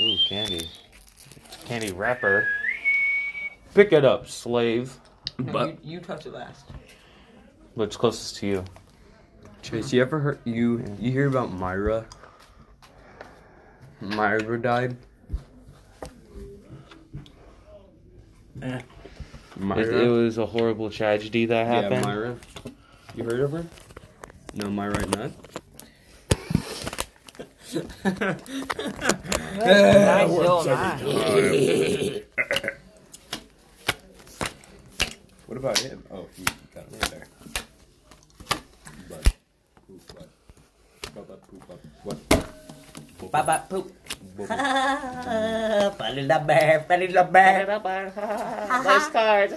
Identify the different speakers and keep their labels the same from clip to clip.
Speaker 1: Ooh, candy. Candy wrapper. Pick it up, slave.
Speaker 2: No,
Speaker 3: But-
Speaker 2: you, you touch it last.
Speaker 1: What's closest to you?
Speaker 3: Chase, you ever heard you you hear about Myra? Myra died.
Speaker 1: Eh. It, it
Speaker 3: Myra.
Speaker 1: was a horrible tragedy that happened.
Speaker 3: Yeah, Myra. You heard of her? No, Myra not.
Speaker 2: I still not.
Speaker 3: What about him? Oh, he got him right there. But, poop, but, but, but, poop, but, what?
Speaker 2: Bop, bop, poop. Funny the bear, funny the bear.
Speaker 4: Nice cards.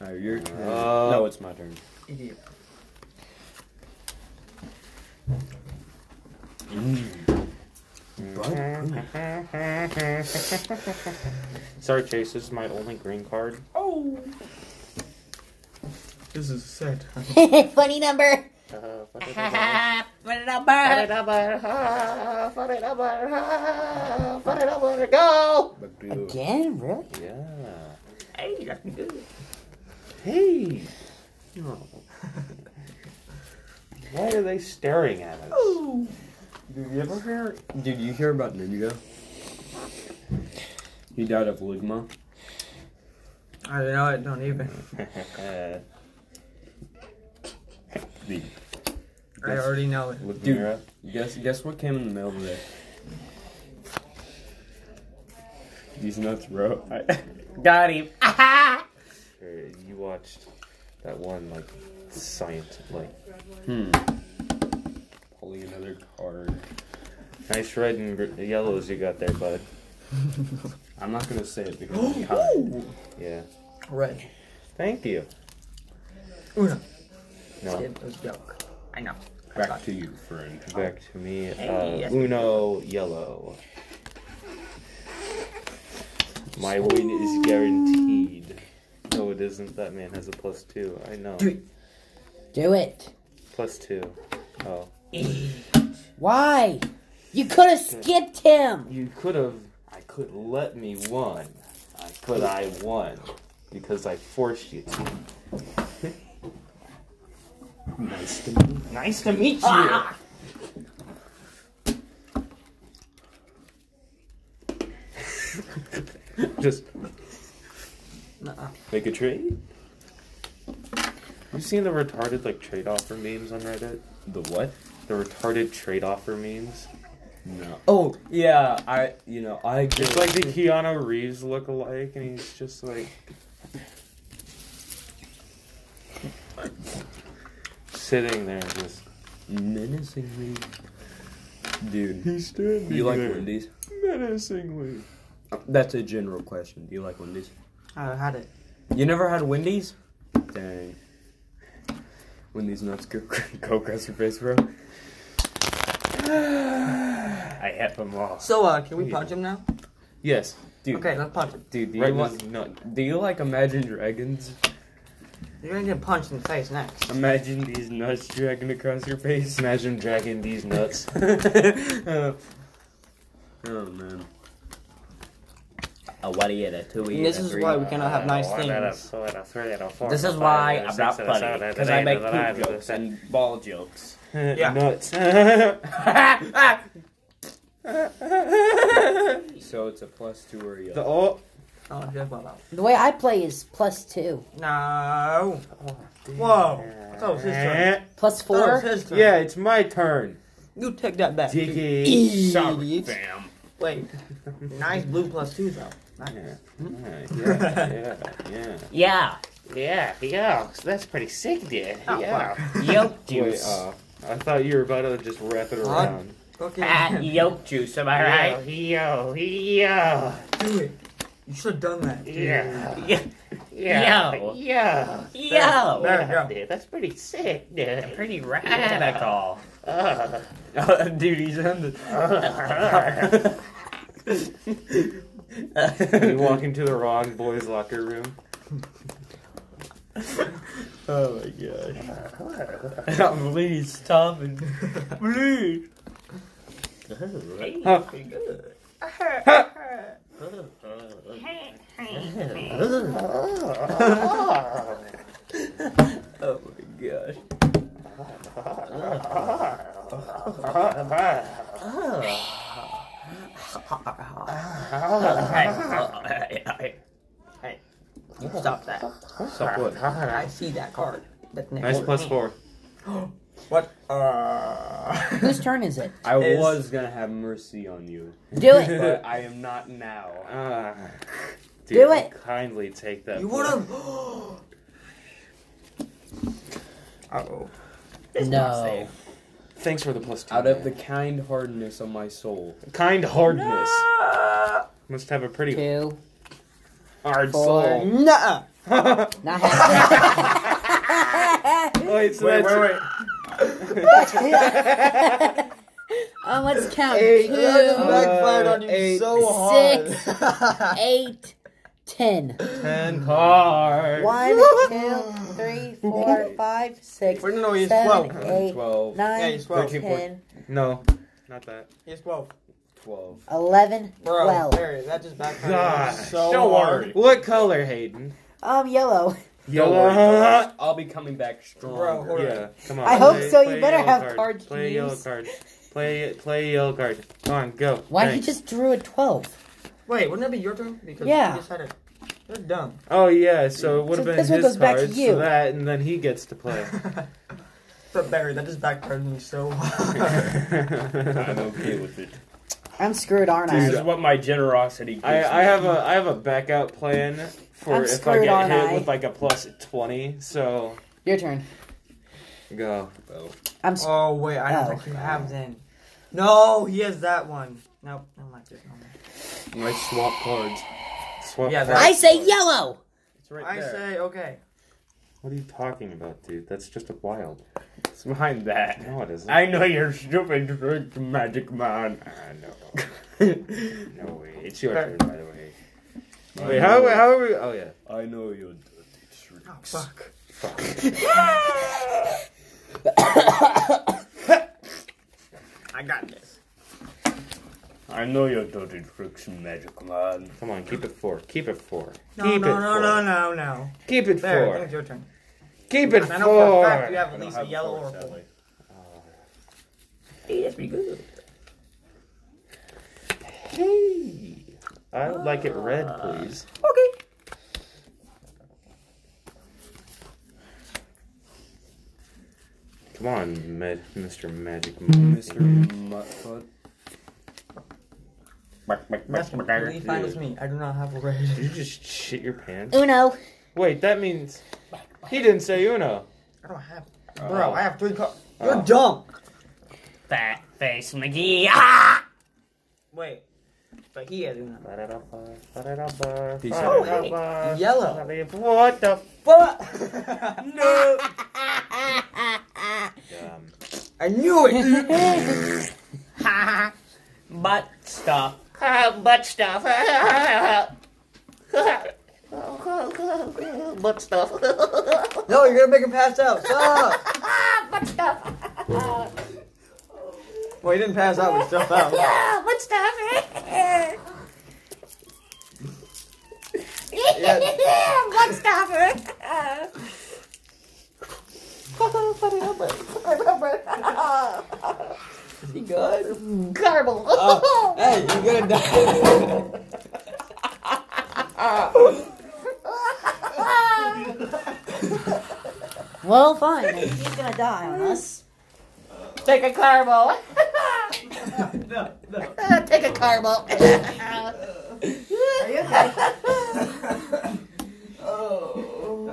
Speaker 3: No, you're,
Speaker 1: Uh,
Speaker 3: no, it's my turn. Mm.
Speaker 1: Sorry, Chase. This is my only green card.
Speaker 2: Oh.
Speaker 5: This is sad.
Speaker 4: Funny number.
Speaker 1: Uh, what did I do?
Speaker 2: Funny the
Speaker 4: Funny
Speaker 2: bear.
Speaker 4: number. ah, Funny number. ah, Funny number. Go.
Speaker 3: But do
Speaker 4: Again, really?
Speaker 1: yeah.
Speaker 2: Hey, that's good.
Speaker 1: Hey. Oh. Why are they staring at us?
Speaker 3: Dude, you ever hear? Dude, you hear about Ninja? He died of ligma.
Speaker 2: I don't know it. Don't even.
Speaker 1: Uh,
Speaker 3: The
Speaker 2: I already know it.
Speaker 1: Look
Speaker 3: Dude.
Speaker 1: me up.
Speaker 3: guess guess what came in the mail today? These nuts, bro. I,
Speaker 2: Got him.
Speaker 1: Or Uh, You watched that one like science like
Speaker 3: hmm. Pulling another card.
Speaker 1: nice red and gr- yellows you got there, bud.
Speaker 3: I'm not gonna say it because I'm kind.
Speaker 1: Yeah.
Speaker 2: Red.
Speaker 1: Thank you.
Speaker 2: Una.
Speaker 1: No.
Speaker 2: It was joke. I know.
Speaker 3: Back to you, friend.
Speaker 1: Back to me.
Speaker 2: Hey,
Speaker 1: Uh,
Speaker 2: yes.
Speaker 1: Uno yellow. My win is guaranteed. No, it isn't. That man has a plus two. I know.
Speaker 2: Do it.
Speaker 4: Do it.
Speaker 1: Plus two. Oh.
Speaker 4: Why? You could have skipped him.
Speaker 1: You could have. I could let me won. I could. I won because I forced you to.
Speaker 3: Nice to meet you.
Speaker 1: Nice to meet you. Just
Speaker 2: Nuh-uh.
Speaker 1: make a trade. You seen the retarded like trade offer memes on Reddit?
Speaker 3: The what?
Speaker 1: The retarded trade offer memes.
Speaker 3: No. Oh yeah, I you know I
Speaker 1: It's like the Keanu Reeves look alike, and he's just like sitting there, just
Speaker 3: menacingly. Dude,
Speaker 1: he's standing.
Speaker 3: do you like Wendy's?
Speaker 1: menacingly?
Speaker 3: That's a general question. Do you like Wendy's?
Speaker 2: I had it.
Speaker 3: You never had Wendy's? Dang. Wendy's nuts go, go across your face, bro.
Speaker 1: I hit them all.
Speaker 2: So, uh, can we punch him now?
Speaker 3: Yes, dude.
Speaker 2: Okay, let's punch him.
Speaker 3: Dude, do you,
Speaker 1: Right
Speaker 3: want,
Speaker 1: nut.
Speaker 3: do you like Imagine Dragons?
Speaker 2: You're gonna get punched in the face next.
Speaker 3: Imagine these nuts dragging across your face.
Speaker 1: Imagine dragging these nuts.
Speaker 3: oh man. A E. what do you get? Two
Speaker 2: This is why we cannot have
Speaker 3: Oh,
Speaker 2: nice things. This is why I'm not funny,
Speaker 3: Because I make poop jokes and ball jokes.
Speaker 2: Yeah.
Speaker 1: nuts.
Speaker 3: So it's a plus two or a
Speaker 1: The oh,
Speaker 2: Oh, just well out.
Speaker 4: The way I play is plus two,
Speaker 2: No. Whoa. I thought it was his turn.
Speaker 4: plus
Speaker 2: I thought it was
Speaker 4: four.
Speaker 2: his turn.
Speaker 1: Eh? Yeah, it's my turn.
Speaker 2: You take that back. dude.
Speaker 1: Diggy.
Speaker 2: Idiot. Wait. nice blue plus two though. Nice.
Speaker 1: Yeah, yeah, yeah.
Speaker 4: Yeah.
Speaker 1: Yeah, yeah. So that's pretty sick, dude.
Speaker 2: Oh,
Speaker 1: yeah.
Speaker 4: Yolk
Speaker 1: Wait, uh, I thought you were about to just wrap it around.
Speaker 2: Okay.
Speaker 4: Ah, yolk juice. Am I
Speaker 1: Yo, yo, yo.
Speaker 2: Do it. You should have done that.
Speaker 1: Yeah.
Speaker 4: Yeah.
Speaker 1: Yeah.
Speaker 4: Yo.
Speaker 1: Yeah.
Speaker 4: Yo.
Speaker 2: There you
Speaker 1: Yeah,
Speaker 2: go.
Speaker 1: dude, that's pretty sick, dude.
Speaker 4: Pretty radical.
Speaker 1: Uh,
Speaker 3: Dude, he's on the.
Speaker 1: you walk into the wrong boys' locker room.
Speaker 3: Oh my gosh. Please, Tom, and please.
Speaker 2: Hey, good. oh my gosh.
Speaker 3: Uh-huh.
Speaker 2: hey, hey, hey. You stop that.
Speaker 3: Stop what?
Speaker 2: I see that card. That's next
Speaker 1: Nice
Speaker 2: to
Speaker 1: plus
Speaker 2: me.
Speaker 1: four.
Speaker 2: What? Uh,
Speaker 4: Whose turn is it?
Speaker 3: I
Speaker 2: Is-
Speaker 3: was gonna have mercy on you,
Speaker 4: Do it.
Speaker 3: but I am not now.
Speaker 1: Ah.
Speaker 4: Do
Speaker 1: Dude,
Speaker 4: it.
Speaker 1: Kindly take that.
Speaker 2: you
Speaker 1: blue.
Speaker 2: would have. oh.
Speaker 4: No.
Speaker 1: Thanks for the plus two.
Speaker 3: Out of the
Speaker 1: man.
Speaker 3: kind hardness of my soul.
Speaker 1: kind hardness.
Speaker 2: Ah!
Speaker 1: Must have a pretty
Speaker 4: Two.
Speaker 1: hard
Speaker 4: Four.
Speaker 1: soul.
Speaker 2: Nuh-uh.
Speaker 4: Not happening.
Speaker 1: Wait, so
Speaker 3: Wait,
Speaker 1: that's-
Speaker 3: wait, wait.
Speaker 4: oh, let's count.
Speaker 2: Hey, that
Speaker 4: Two,
Speaker 2: backfired on you
Speaker 3: eight,
Speaker 2: so hard.
Speaker 4: six, eight, ten.
Speaker 1: Ten hard.
Speaker 4: One, two, three, four, five, six,
Speaker 2: Wait, no, no, he's
Speaker 4: seven,
Speaker 2: twelve.
Speaker 4: eight,
Speaker 3: 12.
Speaker 2: Yeah,
Speaker 4: nine,
Speaker 2: he's twelve.
Speaker 3: Thirteen, fourteen.
Speaker 4: ten,
Speaker 1: No, not that.
Speaker 2: It's 12.
Speaker 3: 12.
Speaker 4: 11,
Speaker 2: Bro,
Speaker 4: 12.
Speaker 2: Barry, that just backfired on
Speaker 1: God,
Speaker 2: you so
Speaker 1: don't
Speaker 2: hard.
Speaker 1: worry. What color, Hayden?
Speaker 4: Um, yellow.
Speaker 3: Don't worry, guys. I'll be coming back strong.
Speaker 2: Bro, hold on.
Speaker 1: Yeah, come on.
Speaker 4: I hope so, you
Speaker 1: a
Speaker 4: better
Speaker 1: yellow
Speaker 4: have
Speaker 1: card.
Speaker 4: cards to
Speaker 1: Play a yellow
Speaker 4: use.
Speaker 1: card. Play play a yellow card. Come on, go.
Speaker 4: Why
Speaker 1: Thanks.
Speaker 4: he just drew a 12?
Speaker 2: Wait, wouldn't that be your turn? Because
Speaker 4: Yeah.
Speaker 2: you just had it. You're dumb.
Speaker 1: Oh yeah, so it would
Speaker 4: So
Speaker 1: have been
Speaker 4: this
Speaker 1: his
Speaker 4: one goes back
Speaker 1: card.
Speaker 4: to you.
Speaker 1: So that, and then he gets to play.
Speaker 2: But Barry, that just backfired on you so hard.
Speaker 3: I'm okay with it.
Speaker 4: I'm screwed, aren't
Speaker 3: This
Speaker 4: I?
Speaker 3: is what my generosity gives
Speaker 1: I, I
Speaker 3: me.
Speaker 1: have a I have a backup plan for
Speaker 4: I'm
Speaker 1: if I
Speaker 4: screwed,
Speaker 1: get
Speaker 4: aren't
Speaker 1: hit
Speaker 4: I?
Speaker 1: with like a plus twenty. So
Speaker 4: Your turn.
Speaker 1: go.
Speaker 4: I'm sc-
Speaker 2: oh, wait, I don't
Speaker 4: Oh.
Speaker 2: think you have then. No, he has that one. Nope, I don't like this one.
Speaker 3: My swap cards.
Speaker 1: Swap
Speaker 2: Yeah,
Speaker 1: cards.
Speaker 4: I say yellow!
Speaker 3: It's right
Speaker 2: I
Speaker 3: there.
Speaker 2: say, okay.
Speaker 1: What are you talking about, dude? That's just wild.
Speaker 3: It's behind that.
Speaker 1: No, it isn't.
Speaker 3: I know you're stupid, rich magic man.
Speaker 1: Ah, no.
Speaker 3: I
Speaker 1: No way. It's your
Speaker 2: Okay.
Speaker 1: turn, by the way. Wait, how, how are we? Oh, yeah.
Speaker 3: know you're dirty
Speaker 2: Oh, fuck. I got this.
Speaker 3: I know you're dirty tricks, magic man.
Speaker 1: Come on, keep it four. Keep it four.
Speaker 2: No,
Speaker 1: keep
Speaker 2: no,
Speaker 1: it
Speaker 2: no,
Speaker 1: four.
Speaker 2: no, no, no.
Speaker 1: Keep it
Speaker 2: Barry, I think
Speaker 1: four.
Speaker 2: it's your turn.
Speaker 1: Keep it
Speaker 2: I know for a
Speaker 1: four.
Speaker 2: fact you have at least
Speaker 3: I don't
Speaker 2: a
Speaker 3: have
Speaker 2: yellow
Speaker 3: four,
Speaker 2: or a purple.
Speaker 3: sadly.
Speaker 2: Hey, that's pretty good.
Speaker 1: Hey. I would like it red, please.
Speaker 2: Ah. Okay.
Speaker 1: Come on, Ma- Mr. Magic.
Speaker 3: Mr. Muttfoot.
Speaker 2: That's completely fine with me. I do not have a
Speaker 1: Did
Speaker 2: red.
Speaker 1: you just shit your pants?
Speaker 4: Uno.
Speaker 1: Wait, that means he didn't say Uno.
Speaker 2: I don't have. Bro, I have three cards.
Speaker 1: Oh.
Speaker 2: You're dumb.
Speaker 4: Fat face McGee. Ah!
Speaker 2: Wait, but he has Uno.
Speaker 3: He said
Speaker 2: Oh,
Speaker 1: Oh,
Speaker 2: hey, yellow.
Speaker 1: What the
Speaker 2: But no,
Speaker 1: um,
Speaker 2: I knew it.
Speaker 4: Butt stuff.
Speaker 6: butt stuff. butt stuff.
Speaker 2: no, you're gonna make him pass out. Stop.
Speaker 6: butt stuff.
Speaker 2: well, he didn't pass out. He's still out.
Speaker 6: Ah, butt stuff. butt stuff.
Speaker 2: Is he good?
Speaker 6: Garble.
Speaker 2: Hey, you're gonna die.
Speaker 4: Well, fine. He's gonna die on us.
Speaker 6: Take a garble.
Speaker 2: no, no.
Speaker 6: Take a garble.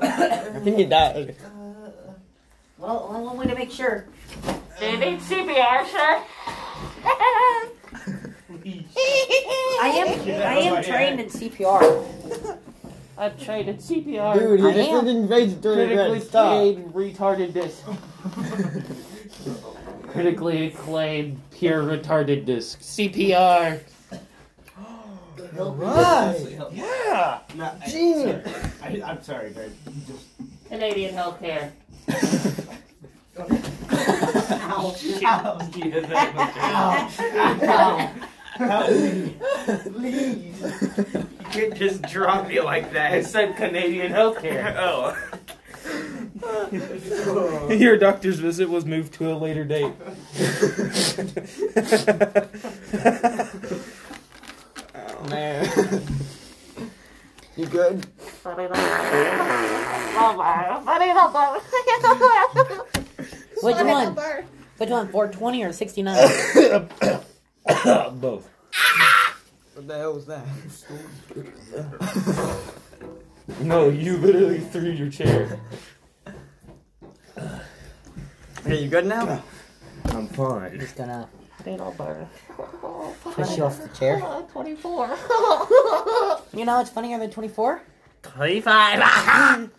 Speaker 2: I think he died.
Speaker 4: Well, one way to make sure.
Speaker 6: Do you need CPR, sir?
Speaker 4: I am I am trained in CPR.
Speaker 1: I've trained in CPR.
Speaker 2: Dude,
Speaker 4: I
Speaker 2: he just
Speaker 4: am.
Speaker 2: didn't raise dirty red. Stop.
Speaker 1: retardedness. Critically acclaimed pure retardedness. CPR.
Speaker 2: Right.
Speaker 1: Yeah.
Speaker 2: Genius.
Speaker 7: I, I'm sorry, Greg.
Speaker 6: Canadian healthcare.
Speaker 1: Ow! Ow! She did that.
Speaker 8: Please. You can't just drop me like that.
Speaker 1: It said Canadian healthcare.
Speaker 8: Oh.
Speaker 1: Your doctor's visit was moved to a later date.
Speaker 3: You good?
Speaker 9: Which one? Which one? 420 or 69?
Speaker 1: Both.
Speaker 3: What the hell was that?
Speaker 1: No, you literally threw your chair.
Speaker 3: Hey, you good now?
Speaker 1: I'm fine.
Speaker 9: Just gonna
Speaker 10: Oh,
Speaker 9: push you off the chair.
Speaker 10: 24.
Speaker 9: You know, it's funnier than 24.
Speaker 8: 25.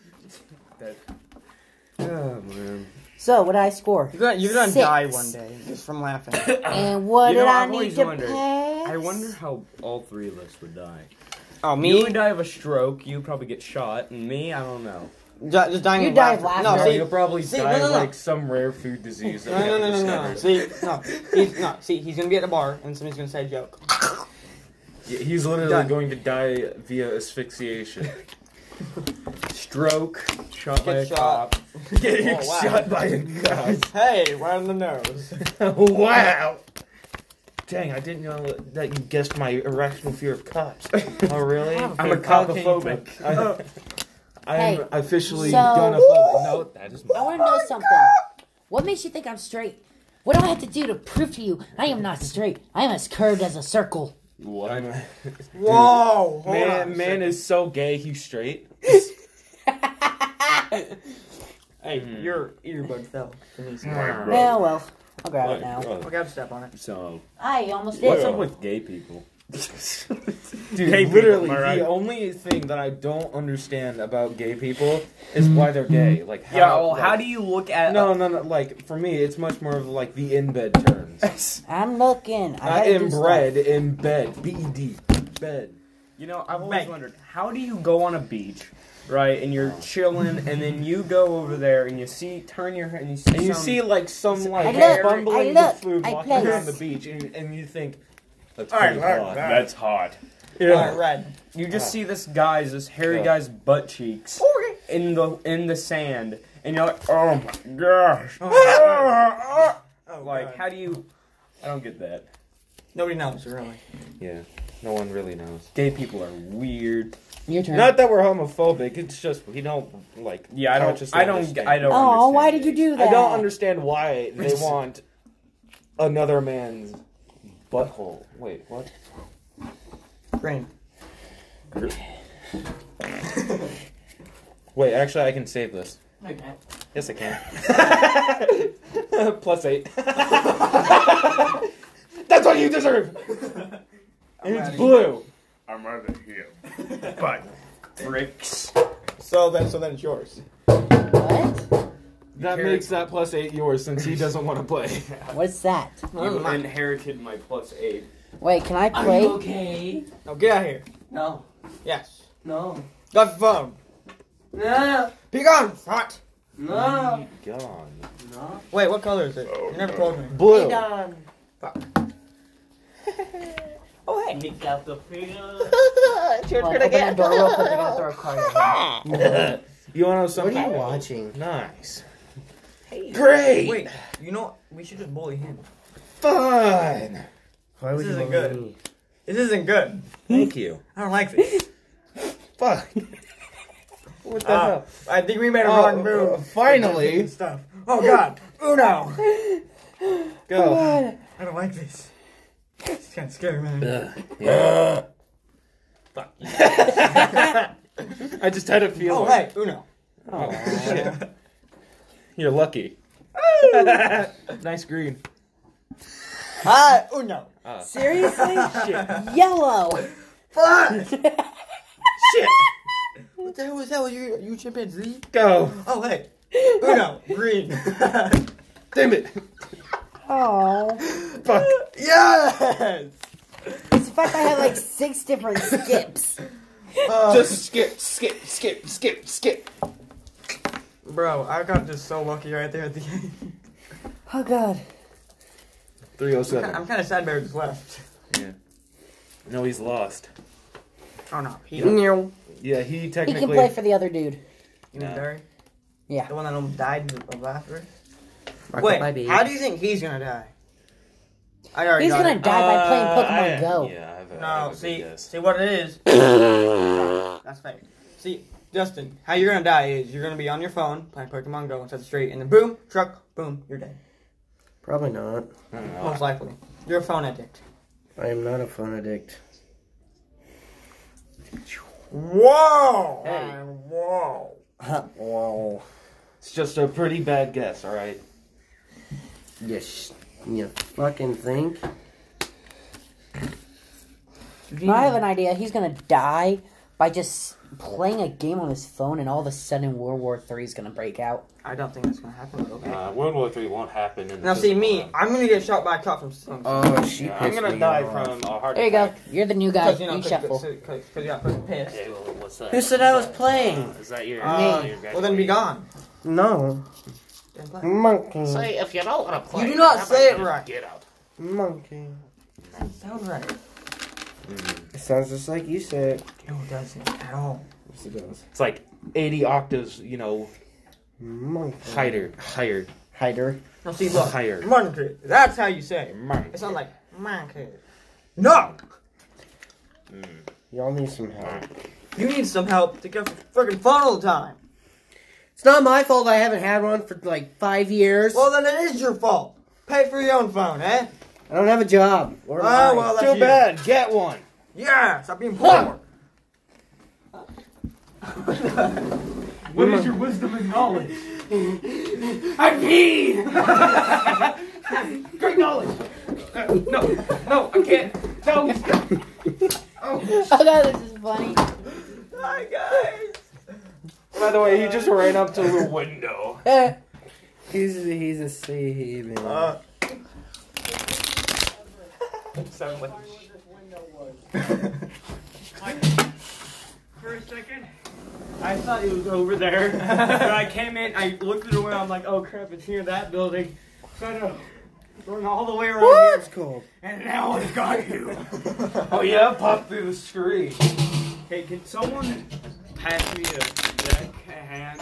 Speaker 3: Oh man.
Speaker 9: So, what did I score?
Speaker 3: You're gonna, you're gonna
Speaker 9: Six.
Speaker 3: die one day just from laughing.
Speaker 9: And what
Speaker 3: You
Speaker 9: did
Speaker 3: know,
Speaker 9: I
Speaker 3: I've
Speaker 9: need
Speaker 3: always
Speaker 9: to
Speaker 3: wondered.
Speaker 9: pass?
Speaker 3: I wonder how all three of us would die.
Speaker 2: Oh,
Speaker 3: You
Speaker 2: me?
Speaker 3: would die of a stroke. You probably get shot, and me, I don't know.
Speaker 2: Ju- just dying
Speaker 9: You
Speaker 2: of
Speaker 9: die of
Speaker 2: laughter.
Speaker 9: laughter.
Speaker 1: No,
Speaker 2: No, see,
Speaker 1: you'll probably
Speaker 2: see,
Speaker 1: die
Speaker 2: no, no,
Speaker 1: of
Speaker 2: no.
Speaker 1: like some rare food disease. that
Speaker 2: no,
Speaker 1: we
Speaker 2: no, no,
Speaker 1: haven't
Speaker 2: no, no.
Speaker 1: discovered.
Speaker 2: See, no, he's, no, see, he's gonna be at a bar, and somebody's gonna say a joke.
Speaker 1: Yeah, He's literally
Speaker 2: Done.
Speaker 1: going to die via asphyxiation.
Speaker 3: Stroke, shot by a
Speaker 2: Get shot.
Speaker 3: cop.
Speaker 1: Getting
Speaker 2: Oh, wow.
Speaker 1: shot by a cop.
Speaker 2: Hey, right on the nose.
Speaker 1: wow. Dang, I didn't know that you guessed my irrational fear of cops. Oh, really? I'm a copophobic. I- I'm
Speaker 4: Hey,
Speaker 1: officially
Speaker 4: so-
Speaker 1: gunophobic. No, that is
Speaker 4: I
Speaker 1: my.
Speaker 4: want to know
Speaker 9: Oh,
Speaker 4: something. What makes you think I'm straight? What do I have to do to prove to you I am not straight? I am as curved as a circle.
Speaker 1: What?
Speaker 2: Whoa! Hold
Speaker 1: man,
Speaker 2: on.
Speaker 1: man is so gay. He's straight.
Speaker 2: Hey,
Speaker 3: Hmm.
Speaker 2: your earbud fell. Denise.
Speaker 3: Mm.
Speaker 9: Yeah, well, I'll grab it now.
Speaker 2: I
Speaker 1: Oh,
Speaker 2: gotta step on it.
Speaker 3: So,
Speaker 4: I almost did.
Speaker 3: what's
Speaker 1: Whoa.
Speaker 3: up with gay people?
Speaker 1: Dude,
Speaker 8: Gay people,
Speaker 1: literally,
Speaker 8: am I right?
Speaker 1: the only thing that I don't understand about gay people is why they're gay. Like, how, like-
Speaker 3: you look at?
Speaker 1: No, no, no. Like for me, it's much more of like the in bed terms.
Speaker 9: I'm looking. I,
Speaker 1: I
Speaker 9: gotta do
Speaker 1: am
Speaker 9: stuff.
Speaker 1: bred in bed. B E D. Bed.
Speaker 3: You know, I've always wondered how do you go on a beach, right? And you're chilling, and then you go over there and you see, turn your head, and you see,
Speaker 1: And you
Speaker 3: some-
Speaker 1: see like some like
Speaker 9: look, I
Speaker 1: bumbling
Speaker 9: look,
Speaker 1: with food
Speaker 9: I
Speaker 1: walking
Speaker 9: place.
Speaker 1: around the beach, and, and you think, that's
Speaker 8: All right,
Speaker 1: pretty
Speaker 8: all right,
Speaker 1: hot.
Speaker 8: all right.
Speaker 1: That's hot.
Speaker 2: Alright,
Speaker 1: Yeah.
Speaker 2: red.
Speaker 3: you just see this guy's, this hairy
Speaker 1: Yeah.
Speaker 3: guy's butt cheeks in the in the sand, and you're like, oh my gosh,
Speaker 2: Oh,
Speaker 3: like
Speaker 2: God.
Speaker 3: how do you? I don't get that.
Speaker 2: Nobody knows, really.
Speaker 1: Yeah. No one really knows.
Speaker 3: Gay people are weird.
Speaker 9: Your turn.
Speaker 1: Not that we're homophobic. It's just we don't like.
Speaker 3: Yeah, I don't.
Speaker 1: consciously
Speaker 3: I don't.
Speaker 1: understand.
Speaker 3: I don't.
Speaker 9: oh,
Speaker 3: understand
Speaker 9: why did you
Speaker 3: gays.
Speaker 9: do that?
Speaker 1: I don't understand why they want another man's butthole. Wait, what?
Speaker 2: Green.
Speaker 1: Wait, actually, I can save this. Yes, I can. Plus eight. That's what you deserve. And it's blue.
Speaker 8: I'm under here. But bricks.
Speaker 2: So then, so then it's yours.
Speaker 9: What?
Speaker 1: That
Speaker 3: Carry-
Speaker 1: makes that plus eight yours since he doesn't want to play.
Speaker 9: What's that?
Speaker 2: Oh,
Speaker 3: You inherited my plus eight.
Speaker 9: Wait, can I play?
Speaker 8: okay?
Speaker 2: Now get out of here.
Speaker 8: No.
Speaker 2: Yes.
Speaker 8: No.
Speaker 2: Got the phone.
Speaker 8: No.
Speaker 2: Be gone. Hot.
Speaker 8: No.
Speaker 1: Gone.
Speaker 8: No.
Speaker 2: Wait, what color is it? you never told me.
Speaker 1: Blue.
Speaker 2: Oh hey.
Speaker 8: Nick out the finger.
Speaker 10: it's your
Speaker 9: Come on,
Speaker 10: turn
Speaker 9: open
Speaker 10: again.
Speaker 9: that door real quick. I gotta throw a card at him.
Speaker 1: Ah! You want to know something?
Speaker 2: watching?
Speaker 1: Nice. Great.
Speaker 2: Wait. You know what? we should just bully him.
Speaker 1: Fun.
Speaker 3: Why
Speaker 2: This isn't good. This isn't good.
Speaker 1: Thank you.
Speaker 2: I don't like this.
Speaker 1: Fuck. What the
Speaker 2: Ah,
Speaker 1: hell?
Speaker 2: I think we made a
Speaker 1: Oh,
Speaker 2: wrong
Speaker 1: uh,
Speaker 2: move.
Speaker 1: finally.
Speaker 2: Stuff. Oh God. Uno.
Speaker 1: Go.
Speaker 2: I don't like this. It's kind of scary, man.
Speaker 1: I just had a feeling.
Speaker 2: Oh hey, Uno.
Speaker 1: You're lucky. Oh. nice green.
Speaker 2: Hi, Uno.
Speaker 9: Seriously? Yellow.
Speaker 2: Fuck!
Speaker 1: Shit.
Speaker 2: what the hell was that? Was you you chimpanzee?
Speaker 1: Go.
Speaker 2: Oh hey, Uno. Green.
Speaker 1: Damn it.
Speaker 9: Oh,
Speaker 1: Fuck.
Speaker 2: yes.
Speaker 9: it's the fact I had like six different skips.
Speaker 2: Uh,
Speaker 1: Just skip, skip, skip, skip, skip.
Speaker 2: bro, I got just so lucky right there at the end. Oh God. I'm
Speaker 1: 307.
Speaker 2: kind of sad Barrett just left.
Speaker 1: No, he's lost.
Speaker 2: Oh no. He,
Speaker 9: No.
Speaker 1: Yeah, he
Speaker 4: He
Speaker 1: technically.
Speaker 4: can play for the other dude.
Speaker 2: You mean
Speaker 1: No.
Speaker 2: Barry?
Speaker 4: Yeah.
Speaker 2: The one that almost died of laughter.
Speaker 9: Rock
Speaker 2: Wait,
Speaker 9: my baby.
Speaker 2: how do you think he's gonna die? I already
Speaker 4: He's
Speaker 2: got
Speaker 4: gonna
Speaker 2: it.
Speaker 4: die by playing
Speaker 1: Uh,
Speaker 4: Pokemon
Speaker 1: I-
Speaker 4: Go.
Speaker 1: Yeah, I have a, I have a
Speaker 2: No,
Speaker 1: good
Speaker 2: see,
Speaker 1: guess.
Speaker 2: see what it is. That's fake. See, Justin, how you're gonna die is you're gonna be on your phone playing Pokemon Go instead of straight, and then boom, truck, boom, you're dead.
Speaker 9: Probably not.
Speaker 1: I don't know.
Speaker 2: Most likely, you're a phone addict.
Speaker 9: I am not a phone addict.
Speaker 2: Whoa!
Speaker 9: Hey.
Speaker 2: Whoa!
Speaker 9: wow.
Speaker 1: It's just a pretty bad guess, all right?
Speaker 9: Yes. You fucking think?
Speaker 4: I have an idea. He's gonna die by just playing a game on his phone, and all of a sudden World War Three is gonna break out.
Speaker 2: I don't think that's gonna happen. But okay.
Speaker 1: Uh, World War Three won't happen. In the
Speaker 2: now, see
Speaker 1: physical
Speaker 2: me,
Speaker 1: realm.
Speaker 2: I'm gonna get shot by a cop from some.
Speaker 9: Oh, she
Speaker 1: Yeah,
Speaker 9: pissed
Speaker 1: I'm gonna
Speaker 9: me
Speaker 1: die
Speaker 9: off.
Speaker 1: from a heart
Speaker 4: There you go.
Speaker 1: attack.
Speaker 4: You're the new guy.
Speaker 2: Because you
Speaker 4: You,
Speaker 2: know,
Speaker 4: shuffle.
Speaker 2: because you got fucking pissed.
Speaker 1: Hey, well, what's that?
Speaker 9: Who said I was playing?
Speaker 1: Is that your?
Speaker 2: Uh,
Speaker 1: your
Speaker 2: well, then be gone.
Speaker 9: No.
Speaker 2: Then play.
Speaker 9: Hmm? Monkey.
Speaker 8: Say if you don't want to play.
Speaker 2: You do not
Speaker 8: how about
Speaker 2: say it
Speaker 8: you
Speaker 2: right.
Speaker 8: Get out.
Speaker 9: Monkey.
Speaker 2: Sounds right.
Speaker 9: It sounds just like you said.
Speaker 2: No, it doesn't at all.
Speaker 9: Yes, it does.
Speaker 1: It's like 80 octaves, you know,
Speaker 9: Monkey.
Speaker 1: higher, higher,
Speaker 9: Hider.
Speaker 2: Now, see, look.
Speaker 1: higher.
Speaker 2: Monkey. That's how you say it.
Speaker 1: Monkey.
Speaker 2: It's not like monkey. No!
Speaker 9: Y'all need some help.
Speaker 2: You need some help to go for freaking fun all the time.
Speaker 9: It's not my fault I haven't had one for like five years.
Speaker 2: Well, then it is your fault. Pay for your own phone, eh?
Speaker 9: I don't have a job. Or a
Speaker 2: Oh,
Speaker 9: life.
Speaker 2: well, that's
Speaker 1: Too
Speaker 2: you.
Speaker 1: bad. Get one.
Speaker 2: Yeah, stop being poor.
Speaker 8: What is your wisdom and knowledge?
Speaker 2: I mean!
Speaker 8: Great knowledge. Uh, no, no, I can't. No.
Speaker 4: Oh god, this is funny.
Speaker 2: Hi, guys.
Speaker 1: By the way, he just ran up to the window.
Speaker 4: Eh,
Speaker 9: He's a, he's a sea heathen.
Speaker 2: Uh,
Speaker 8: For a second, I thought it was over there. but I came in, I looked through the window, I'm like, oh crap, it's near that building. So I had to run all the way around
Speaker 9: That's
Speaker 8: here,
Speaker 9: cool.
Speaker 8: and now I've got you. oh yeah, pop through the screen. Hey, can someone pass me a deck a hand?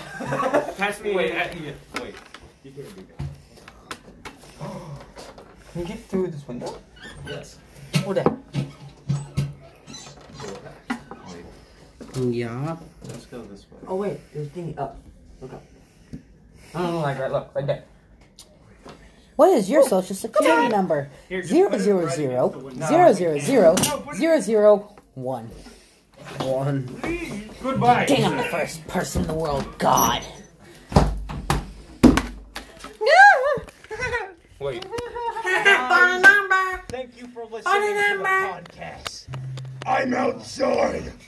Speaker 8: pass me wait, wait. You can't do that.
Speaker 2: Can you get through this window?
Speaker 8: Yes.
Speaker 2: Hold on.
Speaker 9: Yeah.
Speaker 1: Let's go this way.
Speaker 2: Oh, wait. There's thingy up. Look up. I
Speaker 8: Oh,
Speaker 2: don't know, like, right, look, right there.
Speaker 4: What is your social security number?
Speaker 8: Here, just
Speaker 4: Zero
Speaker 8: put it
Speaker 4: zero
Speaker 8: right
Speaker 4: zero
Speaker 8: against the window.
Speaker 4: zero zero zero zero zero one.
Speaker 9: One.
Speaker 8: Goodbye.
Speaker 4: Dang, I'm the first person in the world. God.
Speaker 1: Wait.
Speaker 2: Phone number!
Speaker 8: Thank you for listening to the podcast.